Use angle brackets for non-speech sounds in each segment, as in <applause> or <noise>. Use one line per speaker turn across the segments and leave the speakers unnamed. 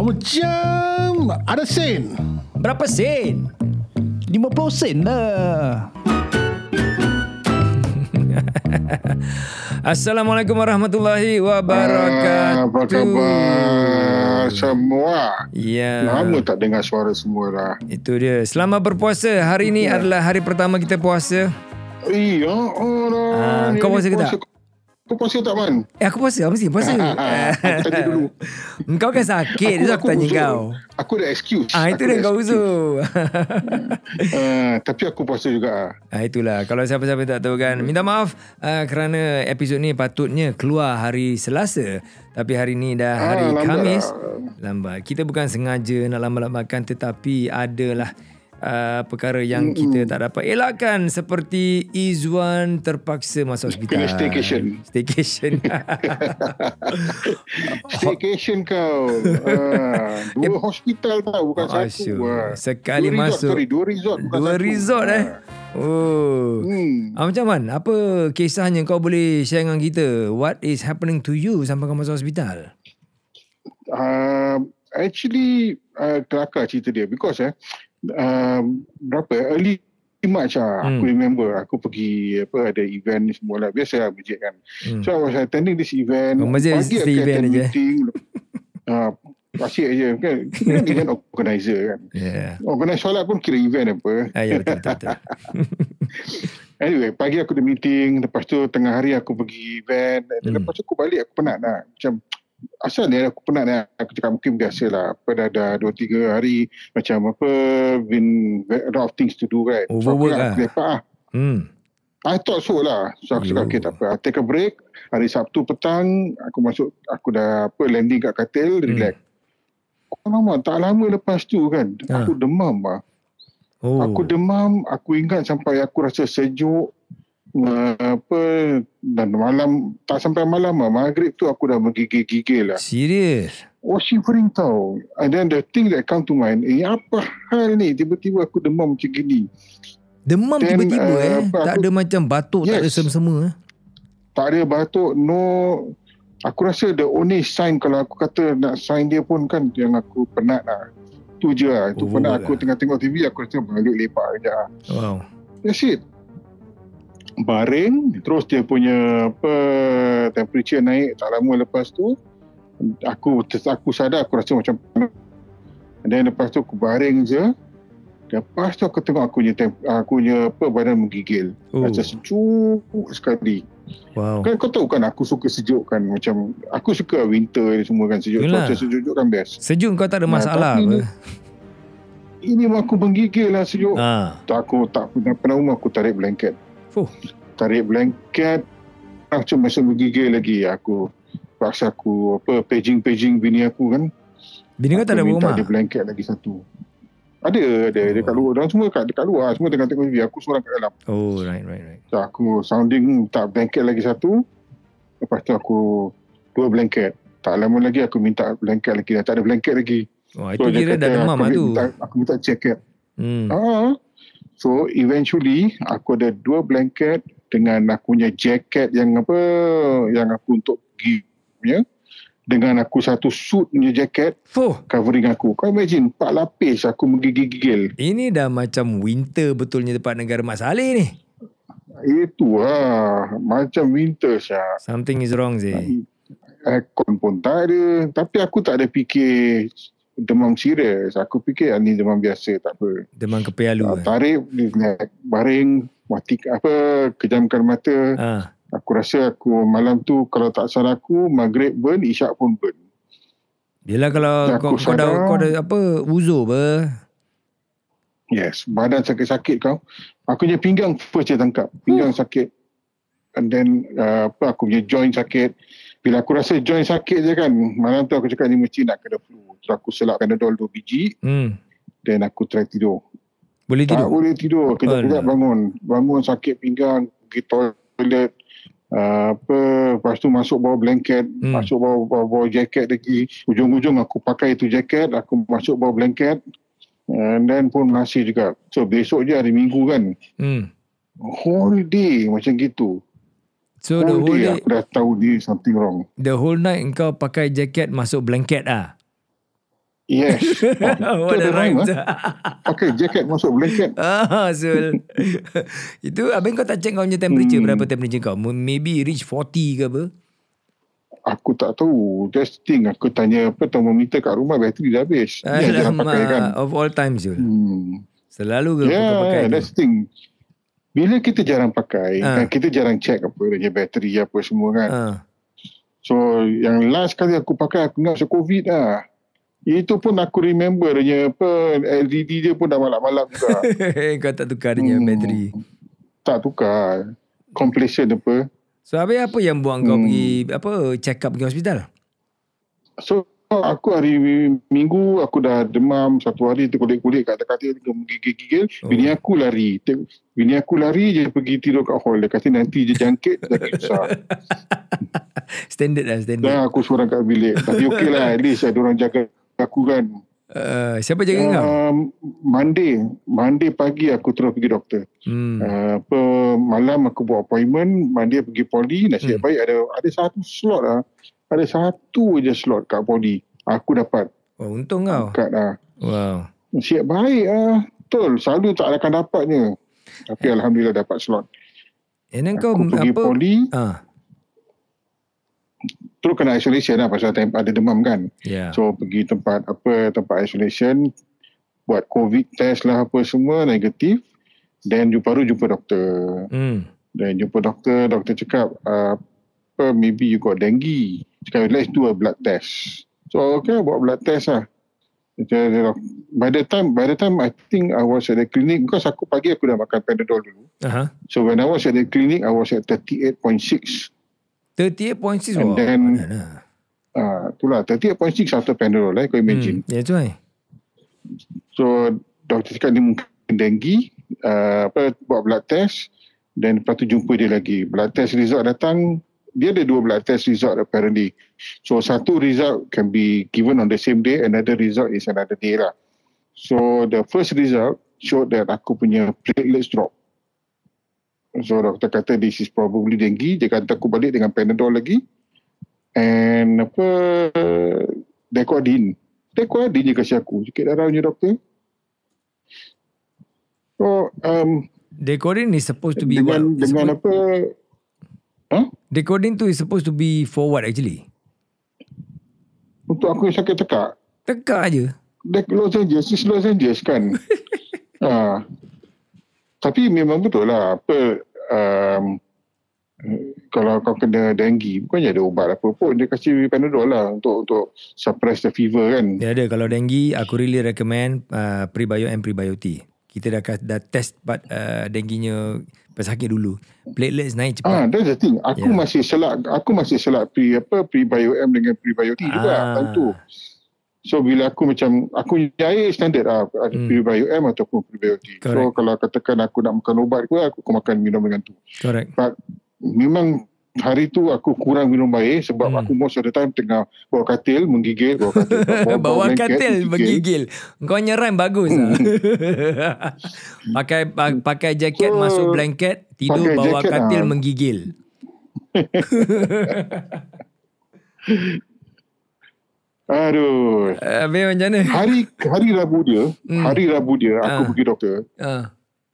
Macam ada sen.
Berapa sen? 50 sen lah.
<laughs> Assalamualaikum warahmatullahi wabarakatuh.
Eh, Apa khabar semua?
Ya.
Lama tak dengar suara semua dah.
Itu dia. Selamat berpuasa. Hari ini
Ya.
adalah hari pertama kita puasa.
Iya, orang.
Ah, kau puasa ke tak?
Kau puasa tak, Man?
Eh aku puasa, aku mesti puasa.
Ah, <laughs> aku tanya dulu.
Engkau kan sakit, tu aku, tanya
uzur.
kau.
Aku dah excuse.
Ah itu dia
Aku dah
kau
excuse.
uzur.
<laughs> Ah, tapi aku puasa juga. ah.
ah itulah kalau siapa-siapa tak tahu kan. Minta maaf ah, kerana episod ni patutnya keluar hari Selasa, tapi hari ni dah hari
Ah, lambat
Khamis.
lah.
Lambat. Kita bukan sengaja nak lambat-lambatkan tetapi adalah Uh, perkara yang mm kita tak dapat elakkan seperti Izwan terpaksa masuk hospital.
Kena staycation. <laughs>
Staycation.
Staycation kau. Ah, dua hospital tau, bukan satu.
Asyik.
Ah.
Sekali
dua
masuk.
Resort, sorry, dua resort. bukan
Dua
satu. Ah.
resort eh. Oh.
Hmm.
Ah, macam Man, apa kisahnya kau boleh share dengan kita? What is happening to you sampai kau masuk hospital?
uh, actually uh, kelakar cerita dia because eh uh, berapa eh, early March lah hmm. aku remember aku pergi apa ada event ni semua lah biasa lah masjid kan
Hmm.
hmm. so I was attending this event
Oh, masjid is the event
attend
aja.
meeting <laughs> uh, asyik je kan kita kan event organizer kan
Yeah.
organize solat pun kira event apa
Ah, ya, betul, betul, betul.
Anyway, pagi aku ada meeting, lepas tu tengah hari aku pergi event, dan
Hmm.
lepas tu aku balik aku penat lah. Macam asal ni aku penat lah. Aku cakap mungkin biasa lah. Apa dah ada 2-3 hari macam apa, been a lot of things to do right.
Overwork
so, aku
lah.
lah. Lepak lah.
Hmm.
I thought so lah. So aku cakap
Yo.
okay tak apa. I take a break. Hari Sabtu petang aku masuk, aku dah apa landing kat katil, relax.
Hmm.
Kau lama, tak lama lepas tu kan,
Ha.
aku demam lah.
Oh.
Aku demam, aku ingat sampai aku rasa sejuk uh, apa dan malam tak sampai malam lah maghrib tu aku dah menggigil-gigil lah.
Serius?
Oh shivering tau. And then the thing that come to mind, eh apa hal ni tiba-tiba aku demam macam gini.
Demam
Then,
tiba-tiba
uh,
eh?
apa,
tak
aku-
ada macam batuk, tak ada
Yes.
semua-semua eh?
Tak ada batuk, no Aku rasa the only sign kalau aku kata nak sign dia pun kan yang aku penat lah. Tu je lah. Itu
Overwork
penat aku
lah.
tengah tengok TV aku rasa balik lepak kejap lah.
Wow.
That's it. Baring, terus dia punya apa temperature naik tak lama lepas tu aku aku sadar aku rasa macam panas. And then lepas tu aku baring je. Lepas tu aku tengok aku punya temp, aku punya apa badan menggigil.
Oh.
Rasa sejuk sekali.
Wow.
Kan kau tahu kan aku suka sejuk kan macam aku suka winter ni semua kan sejuk.
Yelah.
Cuaca sejuk-sejuk kan best.
Sejuk kau tak ada
Nah,
masalah apa?
tapi Ini aku menggigil lah sejuk.
Ah.
Tak aku tak pernah pernah umur aku tarik blanket.
Fuh.
Tarik blanket aku cuma masih bergigil lagi aku paksa aku apa paging-paging bini aku kan.
Bini kau tak ada
Aku minta
rumah?
Ada blanket lagi satu. Ada ada oh. dekat luar. Orang semua kat dekat luar semua tengah tengok TV aku seorang kat dalam.
Oh, right, right, right.
So, aku sounding hmm, tak blanket lagi satu. Lepas tu aku dua blanket. Tak lama lagi aku minta blanket lagi dah tak ada blanket lagi.
Wah,
So,
itu
dia
kira
kata
dah demam
aku
lah tu.
Minta, aku minta jaket.
Hmm.
Ah. So eventually aku ada dua blanket dengan aku punya jacket yang apa yang aku untuk pergi punya dengan aku satu suit punya jacket
Fuh.
covering aku. Kau imagine empat lapis aku menggigil-gigil.
Ini dah macam winter betulnya tempat negara Mat Saleh ni.
Itu lah macam winter syak.
Something is wrong Zee.
Aircon pun tak ada. Tapi aku tak ada fikir demam serius. Aku fikir ah, ni demam biasa tak apa.
Demam kepialu. eh.
Ah, Tarik, relax, baring, mati apa, kejamkan mata.
Ah.
Aku rasa aku malam tu kalau tak salah aku maghrib burn, isyak pun burn.
Yelah kalau
Dah
kau,
aku
kau dah
sadar.
kau dah apa uzur apa.
Yes, badan sakit-sakit kau. Aku punya pinggang first je tangkap. Pinggang sakit. And then uh, apa aku punya joint sakit. Bila aku rasa joint sakit je kan, malam tu aku cakap ni mesti nak kena flu. So aku selap Panadol 2 biji,
Hmm.
then aku try tidur.
Boleh
Tak
tidur.
boleh tidur. Kejap-kejap
Alah.
bangun. Bangun sakit pinggang, pergi toilet. Uh, apa lepas tu masuk bawa blanket
Hmm.
hmm. masuk bawa, bawa, bawa jaket lagi ujung-ujung aku pakai itu jaket aku masuk bawa blanket and then pun masih juga so besok je hari minggu kan
Hmm.
holiday macam gitu
So Oh,
Oh,
the whole day,
holiday aku dah tahu ni something wrong <laughs>
the whole night kau pakai jaket masuk blanket ah. <laughs>
Yes. Oh,
What a
itu ada
rhyme.
rhyme. Eh? Pakai jaket masuk blanket.
<laughs> Ah, Zul. <laughs> Itu abang kau tak check kau punya temperature hmm. berapa temperature kau? M- Maybe reach 40 ke apa?
Aku tak tahu. That's the thing. Aku tanya apa termometer kat rumah bateri dah habis. Dia je nak pakai kan.
Alamak, of all time Zul.
Hmm.
Selalu ke yeah, kau pakai?
Yeah,
tu?
that's the thing. Bila kita jarang pakai,
Ah.
ha. kita jarang check apa dia punya bateri apa semua kan.
Ah. <laughs>
So yang last kali aku pakai aku ingat masa COVID lah. Itu pun aku remember dia punya apa LED dia pun dah malam-malam juga.
<laughs> kau tak tukar dia hmm.
Hmm.
bateri.
tak tukar. Complacent apa.
So habis apa yang buat kau
Hmm.
pergi apa check up pergi hospital?
So aku hari minggu aku dah demam satu hari terkulit-kulit kat katil dia menggigil-gigil.
Oh.
Oh. Bini aku lari. Te- Bini aku lari je pergi tidur kat hall. Dia kata nanti dia jangkit lagi
<laughs>
besar.
Standard lah standard.
Dah aku seorang kat bilik. Tapi okey lah at least ada orang jaga aku kan.
Uh, siapa jaga kau?
Um, Monday. Monday pagi aku terus pergi doktor.
Hmm.
Uh, apa malam aku buat appointment Monday pergi poli
Hmm.
nasib hmm. baik ada ada satu slot lah ada satu je slot kat poli aku dapat
Oh, untung kau.
kat lah
Wow.
nasib baik lah betul selalu tak akan dapatnya tapi Alhamdulillah dapat slot
And then Eh. kau
aku pergi
apa?
poli
Ah,
terus kena isolation lah pasal tem- ada demam kan
ya. Yeah.
so pergi tempat apa tempat isolation buat covid test lah apa semua negatif then jumpa- baru jumpa doktor
Hmm.
Dan jumpa doktor, doktor cakap, uh, apa, maybe you got dengue. Cakap, let's do a blood test. So, okay, buat blood test lah. Dia- dia- By the time, by the time I think I was at the clinic, because aku pagi aku dah makan Panadol dulu.
Aha.
So, when I was at the clinic, I was at 38.6.
38.6
And
wow.
then-
Padan lah.
Uh, itulah, 38.6 after Panadol, eh, kau
Hmm.
imagine.
That's why.
So, doktor cakap ni mungkin dengue, uh, apa, buat blood test. Dan lepas tu jumpa dia lagi. Blood test result datang, dia ada dua blood test result apparently. So satu result can be given on the same day, another result is another day lah. So the first result showed that aku punya platelets drop. So doktor kata this is probably dengue. Dia kata aku balik dengan Panadol lagi. And apa, Decoadin. Decoadin je kasih aku. Sikit darah punya doktor. So um,
Decoding is supposed to be
dengan,
what?
dengan
supposed,
apa, ha? huh?
decoding tu is supposed to be for what actually?
untuk aku yang sakit tekak.
Tekak je.
Dek Los Angeles, it's Los Angeles
<laughs>
kan. ha. Tapi memang betul lah apa um, kalau kau kena dengue bukannya ada ubat apa pun dia kasih Panadol lah untuk untuk suppress the fever kan.
Dia ada kalau dengue aku really recommend uh, prebio and prebiotic. Kita dah kas- dah test part uh, dengue-nya pesakit dulu. Platelets naik cepat.
Ah, that's the thing. Aku
Yeah.
masih selak aku masih selak pre apa prebio M dengan prebiotik juga
Ah.
time tu. So bila aku macam aku jahit standard lah ada
Hmm.
prebio M ataupun prebiotik. So
Correct.
kalau katakan aku nak makan ubat pun aku, aku makan minum dengan tu.
Correct.
But memang hari tu aku kurang minum air sebab
Hmm.
hmm. aku most of the time tengah bawa katil menggigil
<laughs>
bawa katil
Bawa
blanket,
katil menggigil. Kau nyeram bagus lah.
Hmm.
<laughs> pakai pa- pakai jaket
So,
masuk blanket, tidur
pakai
bawa
jaket
katil
lah.
menggigil.
aduh
Uh, Habis macam mana?
hari hari Rabu dia
Hmm.
hari Rabu dia aku
Ah.
pergi doktor
Ah,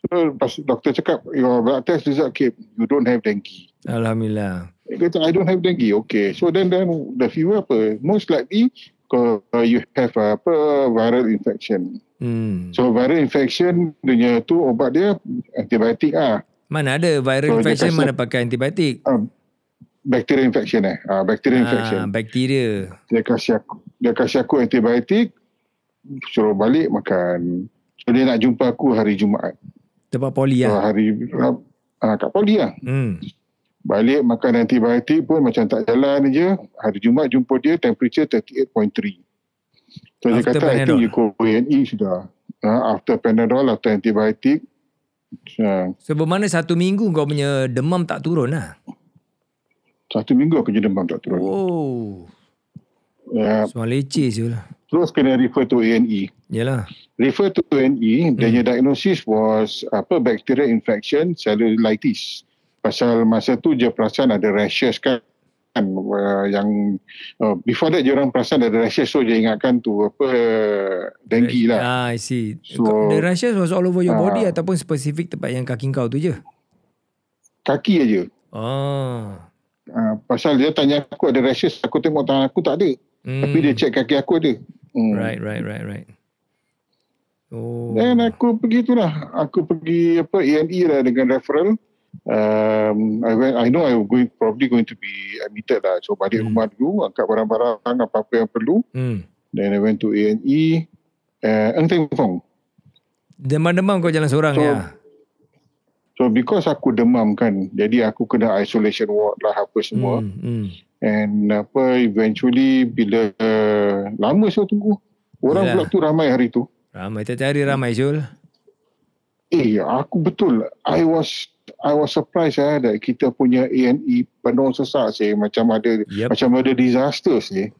so lepas doktor cakap your blood test result came you don't have dengue
Alhamdulillah.
dia kata I don't have dengue okay so then then the fever apa most likely kau- you have uh, apa viral infection
Hmm.
so viral infection dia punya tu obat dia antibiotik ah
Mana ada viral
So, dia
infection
kasi-
mana pakai antibiotik?
um, bacteria infection eh. Ah, bacteria infection.
Ah, bakteria.
Dia kasih aku dia kasih aku antibiotik suruh balik makan. So dia nak jumpa aku hari Jumaat.
Tempat poli
So
lah.
hari Rab- ah, kat poli lah.
Hmm.
Balik makan antibiotik pun macam tak jalan je. Hari Jumaat jumpa dia temperature 38.3. So dia
After
kata I
Panadol.
think you go A&E sudah. Ah, after Panadol, after antibiotik. Ah,
So bermakna satu minggu kau punya demam tak turun lah.
satu minggu aku je demam tak turun.
Oh. Wow.
Ah,
Semua leceh je lah.
terus kena refer to E. A&E.
Yelah.
refer to NE, dia
Hmm.
punya diagnosis was apa bacterial infection cellulitis. Pasal masa tu je perasan ada rashes kan. uh, yang uh, before that dia orang perasan ada rashes so dia ingatkan tu apa uh, dengue lah.
Ah, I see.
So-
the rashes was all over your
Ah.
body ataupun spesifik tempat yang kaki kau tu je?
Kaki aja.
Oh.
Uh, pasal dia tanya aku ada rashes aku tengok tangan aku tak ada.
Hmm.
Tapi dia check kaki aku ada. Hmm.
Right, right, right, right. Oh.
Dan aku pergi tu lah. Aku pergi apa A&E lah dengan referral. Um, I, went, I know I going probably going to be admitted lah. So balik
Hmm.
rumah dulu, angkat barang-barang, apa-apa yang perlu.
Hmm.
Then I went to A&E. Uh, Eng Teng Fong.
Demam-demam kau jalan seorang
So-
ya?
So because aku demam kan, jadi aku kena isolation ward lah apa semua.
Hmm. hmm.
And apa eventually bila uh, lama saya tunggu. Orang
Yelah.
pula tu ramai hari tu.
Ramai tiap hari ramai Syul.
Eh aku betul I was I was surprised eh that kita punya A&E penuh sesak sih macam ada
Yep.
macam ada disaster sih.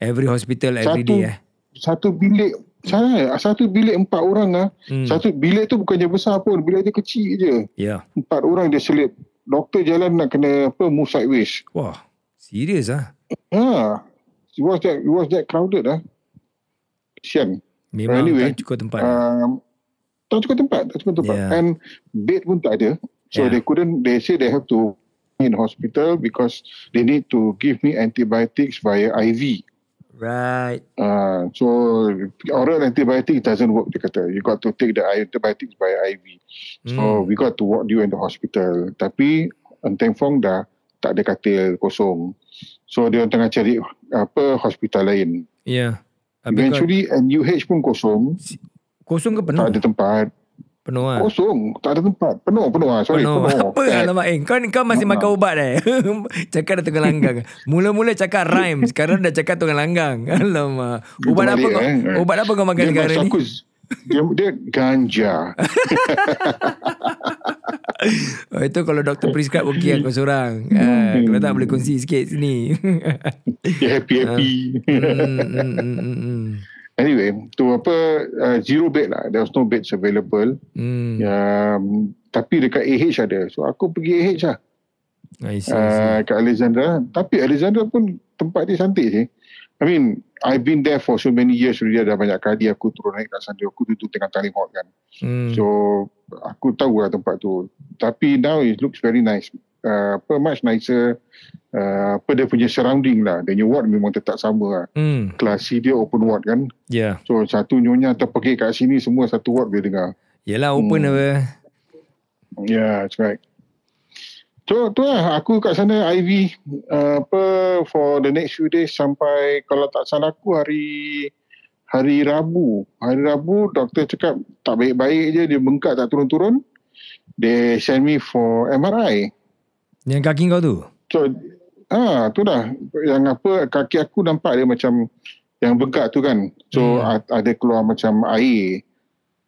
Every hospital every
Satu-
day eh.
Satu bilik saya satu bilik empat orang ah.
Hmm.
Satu bilik tu bukannya besar pun, bilik dia kecil je.
Ya.
Empat orang dia selit. Doktor jalan nak kena apa move sideways.
Wah. Serius ah.
Ha. It was that it was that crowded ah. Kesian.
Memang
Anyway,
tak cukup tempat.
Um, tak cukup tempat, tak cukup tempat.
Yeah.
And bed pun tak ada.
Yeah.
So they couldn't, they say they have to in hospital because they need to give me antibiotics via IV.
right.
Uh, so oral antibiotic doesn't work dia kata you got to take the antibiotics by IV so
Hmm.
we got to walk you in the hospital tapi Enteng Fong dah tak ada katil kosong so dia orang tengah cari apa hospital lain
Ya. Habis kau
eventually NUH pun kosong
kosong ke penuh?
tak ada tempat
Penuh ah.
kosong tak ada tempat penuh penuh ah sorry
penuh. <laughs>
penuh,
Apa
Eh,
alamak eh. Kau, kau masih makan ubat eh. <laughs> cakap dah tengah langgang. Mula-mula cakap rhyme. Sekarang dah cakap tengah langgang. <laughs> Alamak. Ubat apa kau,
Terbalik, eh.
ubat apa kau makan
dia
sekarang
bahasa
ni?
aku dia, dia ganja
Oh, itu kalau doktor prescribe okey aku
<laughs>
seorang. Ah, kalau tak boleh kongsi sikit sini. <laughs>
dia happy happy
Hmm, hmm, hmm, hmm, hmm.
<laughs> anyway tu apa uh, zero bed lah there was no beds available
Hmm,
um, tapi dekat AH ada so aku pergi AH lah
I see, I see.
uh, kat Alexandra tapi Alexandra pun tempat dia cantik sih I mean I've been there for so many years already dah banyak kali aku turun naik kat sana aku duduk tengah tali hot kan
Hmm.
So aku tahu lah tempat tu. Tapi now it looks very nice. Uh, apa much nicer uh, apa dia punya surrounding lah. Dia punya ward memang tetap sama lah.
Hmm,
Klasi dia open ward kan.
yeah.
So satu nyonya terpekik kat sini semua satu ward boleh dengar.
Yelah open
Hmm.
apa.
Yeah, Ya, that's right. So tu lah aku kat sana IV uh, apa for the next few days sampai kalau tak salah aku hari hari Rabu. Hari Rabu doktor cakap tak baik-baik je dia bengkak tak turun-turun. They send me for MRI.
Yang kaki kau tu.
So ah tu dah yang apa kaki aku nampak dia macam yang bengkak tu kan. So
Hmm.
hmm. ada keluar macam air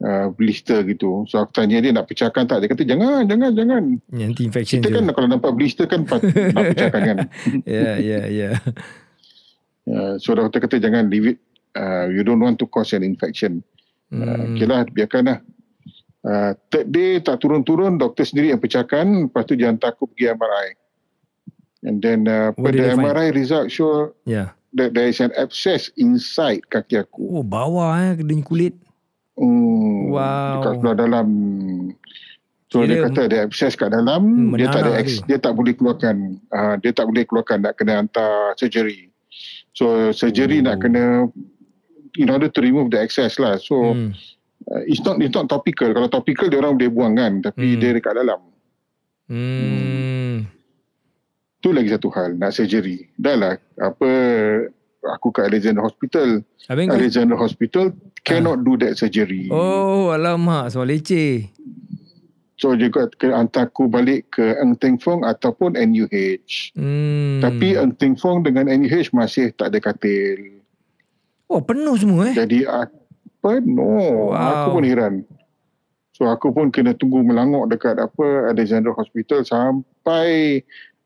uh, blister gitu. So aku tanya dia nak pecahkan tak? Dia kata jangan jangan jangan.
Yang infection tu.
Kita kan kalau nampak blister
<laughs>
kan pat- nak pecahkan kan.
Ya, ya,
<laughs>
ya.
Uh, so doktor kata jangan leave it. Uh, you don't want to cause an infection. Uh,
Hmm.
okay lah biarkan lah. Uh, third day tak turun-turun doktor sendiri yang pecahkan. Lepas tu dia hantar aku pergi MRI. And then uh,
What did they
pada
find?
MRI result show
Yeah.
that there is an abscess inside kaki aku.
ya. Oh, bawah eh kedai kulit.
Hmm,
Wow.
Dekat sebelah dalam. So dia,
Kira-
kata ada abscess kat dalam,
Hmm,
dia tak ada
menara
ex,
tu.
dia tak boleh keluarkan. Uh, dia tak boleh keluarkan nak kena hantar surgery. So surgery
Oh.
nak kena in order to remove the excess lah. So
Hmm.
uh, it's not it's not topical. Kalau topical dia orang boleh buang kan, tapi
Hmm.
dia dekat dalam.
Hmm.
Tu lagi satu hal nak surgery. Dah lah apa aku kat Alexander Hospital.
Habis kau
Alexander Hospital cannot do that surgery.
Oh, alamak. Soal leceh.
So dia kat- ke- hantar aku balik ke Ng Teng Fong ataupun NUH.
Hmm.
Tapi eh, Ng Teng Fong dengan NUH masih tak ada katil.
Oh, penuh semua eh. <laughs>
Jadi apa? No.
Wow.
Aku pun heran. So aku pun kena tunggu melangok dekat apa Alexander Hospital sampai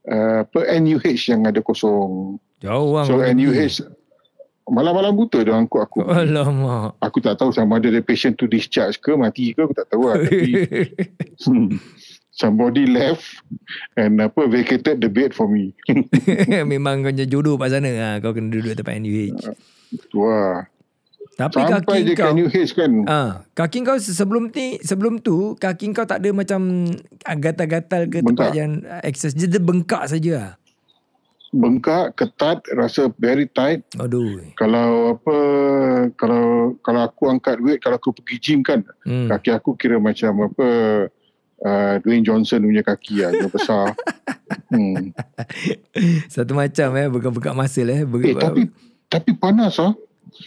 uh, apa NUH yang ada kosong.
Jauh lah.
so
kau pergi.
NUH malam-malam buta dia angkut
<laughs>
aku.
Alamak.
Aku
<laughs>
tak tahu sama ada dia patient tu discharge ke mati ke aku tak tahu lah. Tapi hmm. <laughs> somebody left and apa vacated the bed for me.
Memang kau punya jodoh kat sana. Ha, kau kena duduk tempat NUH.
Wah.
Tapi
Ah, Sampai
kaki
je
kau...
kan you hate kan.
Ah, kaki kau sebelum ni sebelum tu kaki kau tak ada macam ah, gatal-gatal ke tempat
Bengkak.
yang ah, exercise dia dia bengkak saja lah.
Bengkak, ketat, rasa very tight.
Aduh.
Kalau apa, kalau kalau aku angkat weight, kalau aku pergi gym kan,
Hmm.
kaki aku kira macam apa, uh, Dwayne Johnson punya kaki lah, dia
<laughs>
besar. Hmm.
Satu macam eh bengkak-bengkak muscle eh. Ber-
Eh, tapi tapi panas ah.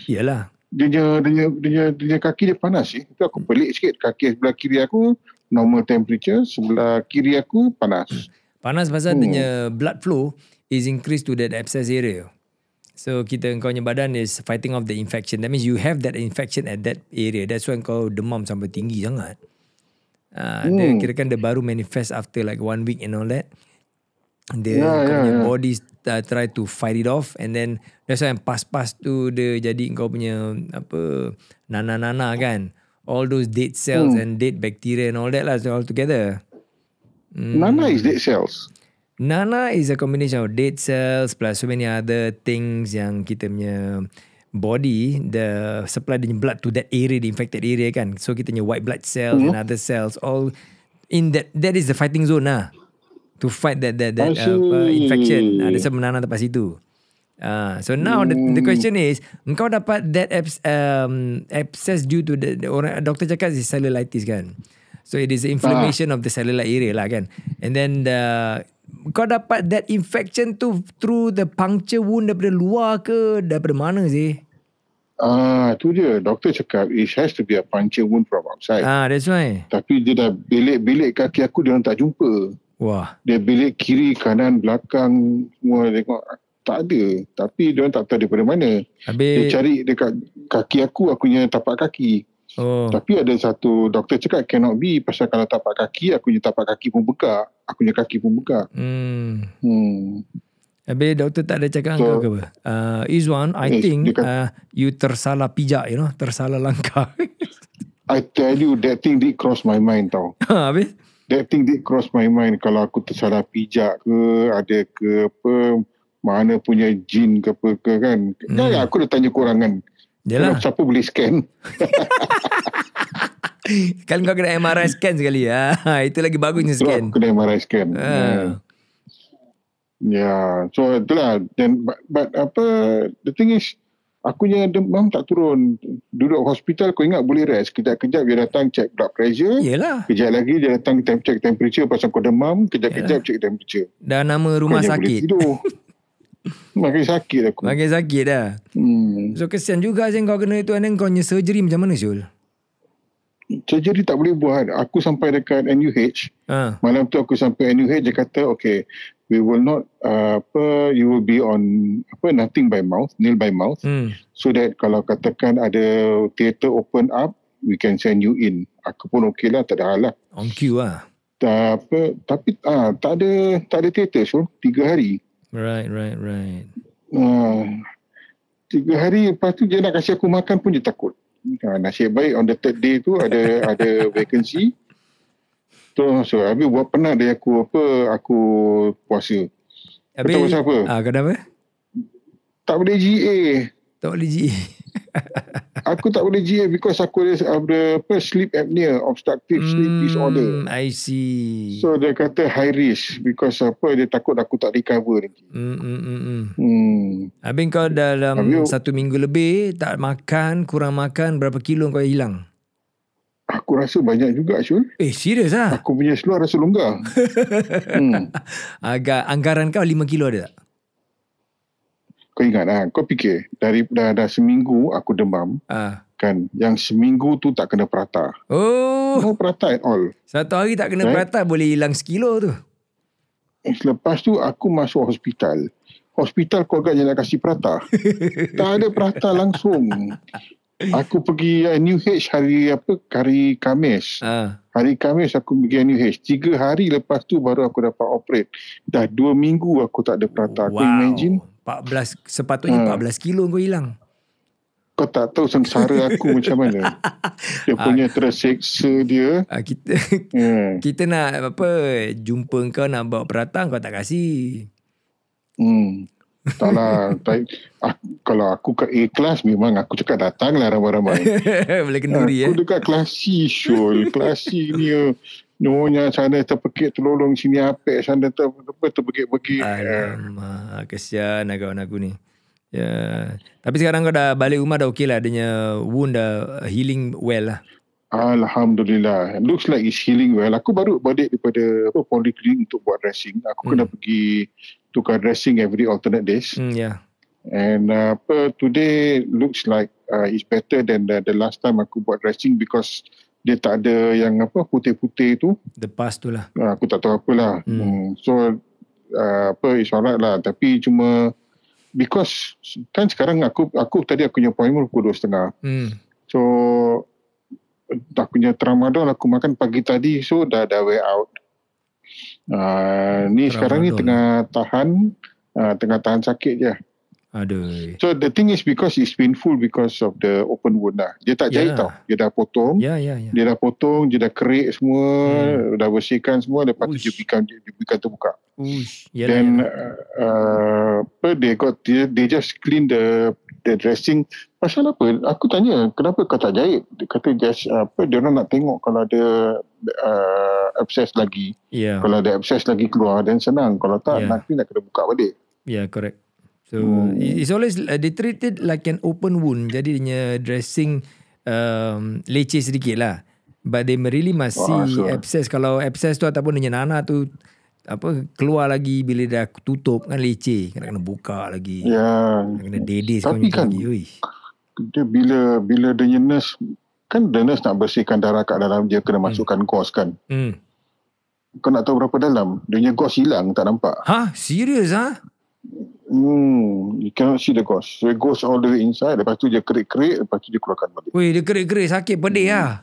Yalah.
Dia punya, dia, punya, dia, punya, dia punya kaki dia panas sih. Itu
Hmm.
aku pelik sikit. Kaki sebelah kiri aku normal temperature, sebelah kiri
Hmm.
aku panas.
Panas pasal hmm. punya blood flow is increased to that abscess area. So kita kau punya badan is fighting off the infection. That means you have that infection at that area. That's why kau demam sampai tinggi sangat. Uh, hmm. Dia kira kan dia baru manifest after like one week and all that. Dia yeah,
Ya, ya,
yeah, punya yeah. body uh, try to fight it off and then that's why yang pas-pas tu dia jadi kau punya apa nana-nana kan. All those dead cells hmm. and dead bacteria and all that lah so all together.
Hmm. Nana is dead cells.
Nana is a combination of dead cells plus so many other things yang kita punya body the supply the blood to that area the infected area kan so kita punya white blood cells and
Mhm.
other cells all in that that is the fighting zone lah to fight that that that
I see.
uh, infection ada uh, sebab menanam tempat situ Ah, so now the,
Hmm.
the question is, engkau dapat that abs, um, abscess due to the, the orang doktor cakap is cellulitis kan. So it is inflammation
Ah.
of the cellular area lah kan. And then the kau dapat that infection tu through the puncture wound daripada luar ke daripada mana sih?
Ah, tu dia. Doktor cakap "Eh, it has to be a puncture wound from outside.
Ah, that's why.
Tapi dia dah bilik-bilik kaki aku dia orang tak jumpa.
Wah.
Dia bilik kiri, kanan, belakang semua tengok tak ada. Tapi dia orang tak tahu daripada mana. Dia
Habis
cari dekat kaki aku, aku punya tapak kaki.
oh.
Tapi ada satu doktor cakap cannot be pasal kalau tapak kaki, aku punya tapak kaki pun buka. Aku punya kaki pun buka.
Hmm.
Hmm.
Habis doktor tak ada cakap so,
So-
kau ke apa? Uh, Izwan, I
Yes, dia
think
kata-
uh, you tersalah pijak, you know. Tersalah langkah. <laughs>
I tell you, that thing did cross my mind tau.
Ah, Habis?
That thing did cross my mind kalau aku tersalah pijak ke, ada ke apa, mana punya jin ke apa ke kan. Hmm. Ya, aku dah tanya korang kan.
Yalah.
Siapa boleh scan?
<laughs> Kalau Kan kau kena MRI scan sekali ya. <laughs> Itu lagi bagusnya
Terus
<laughs> scan.
aku kena MRI scan. Yeah.
Ha.
yeah. So itulah. Then, but, but apa, the thing is, aku punya demam tak turun. Duduk hospital, aku ingat boleh rest. Kejap-kejap dia datang check blood pressure.
Yelah.
Kejap lagi dia datang tem- check temperature pasal kau demam. Kejap-kejap check temperature.
Dah nama Ya. rumah
Kau jangan
sakit.
Boleh tidur. <laughs> Makin sakit aku.
Makin sakit dah.
Hmm.
So kesian juga Zain kau kena itu. And then kau punya surgery macam mana Syul?
Surgery tak boleh buat. Aku sampai dekat NUH.
Ha.
Malam tu aku sampai NUH dia kata okay we will not uh, apa you will be on apa nothing by mouth nil by mouth
Hmm.
so that kalau katakan ada theater open up we can send you in. Aku pun okay lah tak ada hal lah.
On cue lah.
Tak apa tapi ah tak ada tak ada theater so tiga hari.
Right, right, right.
Ah, tiga hari lepas tu dia nak kasih aku makan pun dia takut. Ah, nasib baik on the third day tu ada
<laughs>
ada vacancy. Tu so habis buat penat dia aku apa aku puasa.
Habis,
Kau tahu pasal apa?
Ah, kau dah apa?
Tak boleh GA.
Tak boleh GE.
Aku tak boleh GA because aku ada, ada apa sleep apnea, obstructive sleep disorder.
Hmm, I see.
So dia kata high risk because apa dia takut aku tak recover nanti.
Hmm, hmm, hmm, hmm.
Hmm.
Habis kau dalam
Habis-
satu minggu lebih tak makan, kurang makan, berapa kilo kau hilang?
Aku rasa banyak juga Syul.
Eh, serius ah?
Aku punya seluar rasa longgar.
<laughs>
hmm.
Agak anggaran kau 5 kilo ada tak?
Kau ingat lah, kau fikir dari dah, dah seminggu aku demam
Ah.
kan, yang seminggu tu tak kena perata.
Oh,
No perata at all.
satu hari tak kena
Right.
prata boleh hilang sekilo tu.
Lepas tu aku masuk hospital. Hospital kau agaknya nak kasih perata. tak ada perata langsung. Aku pergi uh, New H hari apa? Hari Kamis.
Ah,
Hari Kamis aku pergi New H. Tiga hari lepas tu baru aku dapat operate. Dah dua minggu aku tak ada perata. Wow. Kau imagine? Ha.
Wow. 14 sepatutnya 14 kilo kau hilang.
kau tak tahu sengsara aku macam mana. Dia punya terseksa dia.
Ah, kita <laughs>
Hmm.
kita nak apa jumpa kau nak bawa peratang kau tak kasih. <laughs>
Hmm. Tak lah. tak, ah, kalau aku kat A class memang aku cakap datang lah
<laughs>
ramai-ramai.
Boleh kenduri eh.
aku dekat kelas C Syul. kelas C ni eh, nyonya sana terpekik terlolong sini apek sana ter, ter, terpekik-pekik. Ah,
Alamak, kesian lah kawan aku ni. Ya. Tapi sekarang kau dah balik rumah dah okey lah. Adanya wound dah healing well lah.
Alhamdulillah. Looks like it's healing well. Aku baru balik daripada apa, polyclinic untuk buat dressing. Aku hmm. kena pergi tukar dressing every alternate days.
Hmm, ya.
And uh, apa today looks like uh, it's better than the, the last time aku buat dressing because dia tak ada yang apa putih-putih tu.
The past tu lah.
Uh, aku tak tahu apalah. Hmm. Hmm. So uh, apa it's alright lah. Tapi cuma because kan sekarang aku aku tadi aku punya appointment pukul 2.30.
Hmm.
So dah punya tramadol aku makan pagi tadi so dah dah way out. Uh, ni sekarang ni
Tramadol.
tengah tahan uh, tengah tahan sakit je.
Aduh.
So the thing is because it's painful because of the open wound lah. Dia tak jahit
Yeah.
tau. Dia dah potong.
Ya, ya, ya.
Dia dah potong, dia dah kerik semua, hmm. dah bersihkan semua lepas tu
Uish.
jepikan jepikan tu buka.
Ush. Yalah,
Yeah, Then
yalah.
uh, uh, apa they got they, they just clean the the dressing. Pasal apa? Aku tanya, kenapa kau tak jahit? Dia kata just uh, apa dia orang nak tengok kalau ada uh, abscess lagi.
Ya,
Kalau ada abscess lagi keluar then senang. Kalau tak
Yeah.
nanti nak kena buka balik.
ya, correct. So,
Oh.
it's always, uh, they treat it like an open wound. Jadi, dia punya dressing um, leceh sedikit lah. But they really must see
Ah, sure.
abscess. Kalau abscess tu ataupun dia punya nanah tu, apa keluar lagi bila dah tutup kan leceh. Kena kena buka lagi.
Ya.
Nak Kena dedes kau
Tapi
ni
kan-
lagi. Ui.
dia bila bila dia punya nurse kan the nurse nak bersihkan darah kat dalam dia kena masukkan gauze kan
Hmm.
kau nak tahu berapa dalam dia punya gauze hilang tak nampak
Ha? Serius ha?
hmm you cannot see the gauze so it goes all the way inside lepas tu dia kerik-kerik lepas tu dia keluarkan balik
Weh, dia kerik-kerik sakit pedih ha?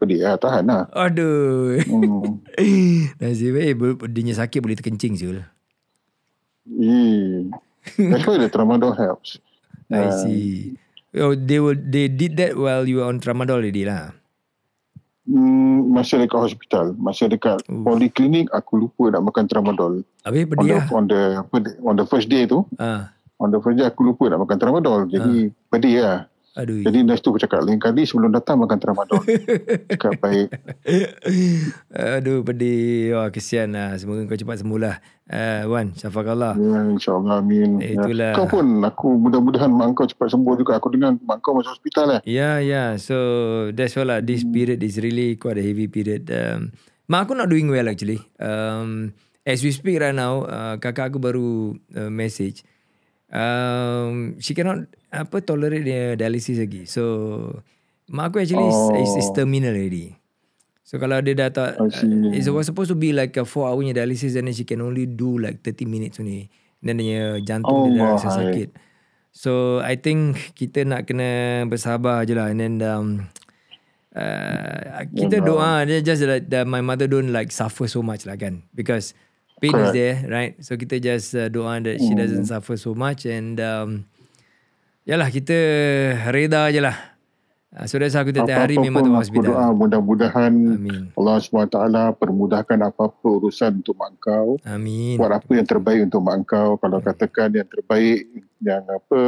pedih lah tahan lah
Aduh.
hmm.
<laughs> Nasib baik bu- dia punya sakit boleh terkencing Zul.
Yee. that's why the tramadol helps
I see. Oh, they will they did that while you were on tramadol already lah.
hmm, masa dekat hospital masa dekat poliklinik aku lupa nak makan tramadol
Habis
on
pedih
the,
lah.
on the apa, on the first day tu
Ha.
on the first day aku lupa nak makan tramadol jadi pedih lah
Aduh.
Jadi nurse tu cakap lain kali sebelum datang makan tramadol. cakap baik.
<laughs> Aduh pedih. Wah kesian lah. Semoga kau cepat sembuh lah. Uh, Wan, syafakallah.
Ya, InsyaAllah amin.
Eh,
Ya.
itulah.
Kau pun aku mudah-mudahan mak kau cepat sembuh juga. Aku dengar mak kau masuk hospital eh.
Yeah, yeah. Ya, So that's why lah. This
Hmm.
period is really quite a heavy period. Um, mak aku not doing well actually. Um, as we speak right now, uh, kakak aku baru uh, message. Um, she cannot apa tolerate dia dialysis lagi. So mak aku actually oh. is, is, is terminal already. So kalau dia dah tak uh,
I see.
It was supposed to be like a 4 hour punya dialysis And then she can only do like 30 minutes only Then dia punya jantung dia dah rasa
Allahai.
sakit So I think kita nak kena bersabar je lah And then um, uh, kita doa dia just that, that my mother don't like suffer so much lah kan because pain is
Correct. Hmm.
there right so kita just uh, doa that she doesn't suffer so much and um, yalah kita reda je lah uh, so that's how kita tiap hari memang
pun
tengok
aku
hospital Hmm.
doa mudah-mudahan
Amin.
Allah SWT permudahkan apa-apa urusan untuk mak kau.
amin Ya.
Buat apa yang terbaik untuk mak kau. Kalau katakan yang terbaik, yang apa,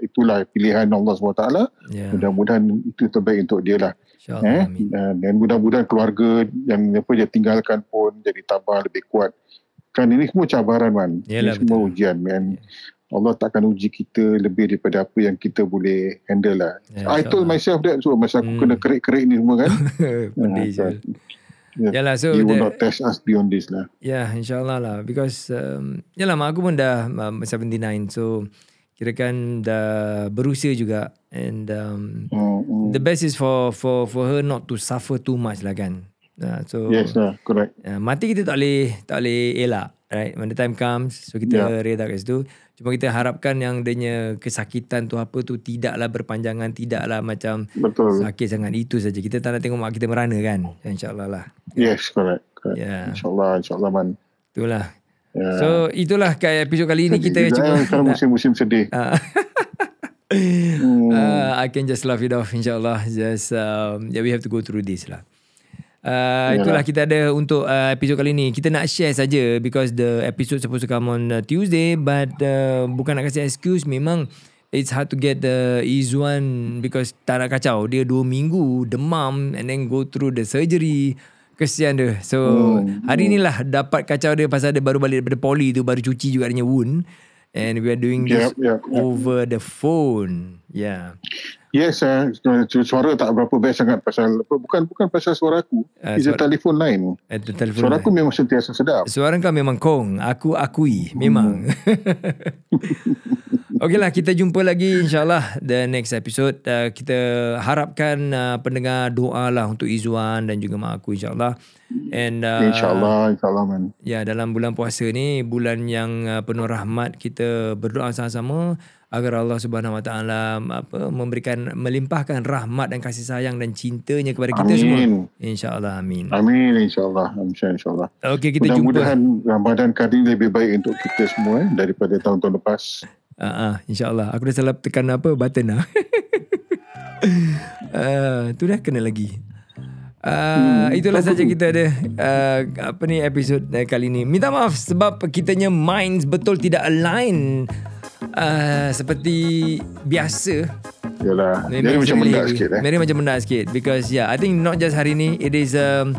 itulah pilihan Allah SWT.
ya
Mudah-mudahan itu terbaik untuk dia lah.
insyaallah
eh?
amin
dan, dan mudah-mudahan keluarga yang apa dia tinggalkan pun jadi tabah lebih kuat kan ini semua cabaran man
Yalah, Ya.
ini semua ujian man Allah takkan uji kita lebih daripada apa yang kita boleh handle lah
Ya, Hmm.
I told
<laughs>
myself that so masa aku kena kerik-kerik ni semua kan
pedih je
yeah,
yalah so
he will
the-
not test us beyond this lah
Ya, yeah, insyaAllah lah. Because, um, yalah, mak aku pun dah um, 79. So, kirakan dah berusia juga. And um,
mm, mm.
the best is for for for her not to suffer too much lah kan. Uh, so,
yes lah correct
uh, mati kita tak boleh, tak boleh elak. Right? When the time comes, so kita yeah. reda kat situ. Cuma kita harapkan yang dia punya kesakitan tu apa tu tidaklah berpanjangan, tidaklah macam
betul
sakit sangat. Itu saja. Kita tak nak tengok mak kita merana kan. InsyaAllah lah. Ya.
yes correct, correct.
Yeah.
insyaAllah insyaAllah man
Itulah.
Ya.
So itulah kayak episod kali ini kita Ah.
Sedih juga,
cuba <laughs>
eh, sekarang musim-musim sedih
Ah.
Hmm,
uh, I can just laugh it off insyaAllah just um, yeah, we have to go through this lah Uh, itulah kita ada untuk uh, episod kali ni. Kita nak share saja because the episode supposed to come on uh, Tuesday but uh, bukan nak kasih excuse memang it's hard to get the Izzuan because tak nak kacau. Dia dua minggu demam and then go through the surgery. Kesian dia. So hari ni lah dapat kacau dia pasal dia baru balik daripada poli tu baru cuci juga adanya wound. And we are doing this
Yep, yep, yep.
over the phone. Yeah.
Yes, uh, suara tak berapa best sangat pasal apa bukan bukan pasal suara aku.
Ah,
Uh, It's a
suara-
telefon line.
At the telephone.
Suara aku memang sentiasa sedap.
Suara kau kan memang kong. Aku akui.
Hmm.
<laughs> Memang. Okey lah. Kita jumpa lagi insyaAllah. The next episode. Uh, kita harapkan uh, pendengar doa lah untuk Izzuan dan juga mak aku insyaAllah. And uh,
InsyaAllah, insyaAllah man.
Ya, dalam bulan puasa ni, bulan yang uh, penuh rahmat, kita berdoa sama-sama agar Allah Subhanahu Wa Taala um, apa memberikan melimpahkan rahmat dan kasih sayang dan cintanya kepada kita
Amin.
semua. Insya-Allah amin.
Amin insyaAllah. Amin insyaAllah.
Okey, kita jumpa.
Mudah-mudahan Ramadan kali ini lebih baik untuk kita semua eh, daripada tahun-tahun lepas.
Ah, uh, insyaAllah. Aku dah salah tekan apa button lah. <laughs> uh, tu dah kena lagi. Uh, itulah saja kita ada uh, apa ni episod uh, kali ni. Minta maaf sebab kitanya minds betul tidak align uh, seperti biasa.
Yalah, jadi macam mendak sikit eh.
Mary macam mendak sikit because yeah, I think not just hari ni, it is um,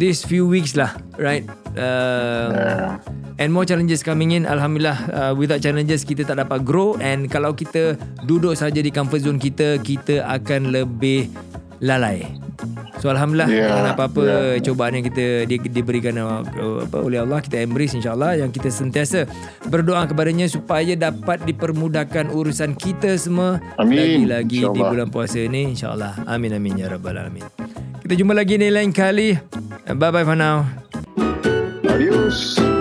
this few weeks lah, right? Um,
Yeah.
And more challenges coming in Alhamdulillah uh, Without challenges Kita tak dapat grow And kalau kita Duduk saja di comfort zone kita Kita akan lebih Lalai So Alhamdulillah
Yeah,
Dengan apa-apa
yeah.
Cobaan yang kita di, Diberikan uh, apa, oleh Allah Kita embrace insyaAllah Yang kita sentiasa Berdoa kepadanya Supaya dapat dipermudahkan Urusan kita semua
Amin.
Lagi-lagi di
InsyaAllah.
bulan puasa ni InsyaAllah Amin amin ya rabbal alamin Kita jumpa lagi ni lain kali Bye bye for now
Adios.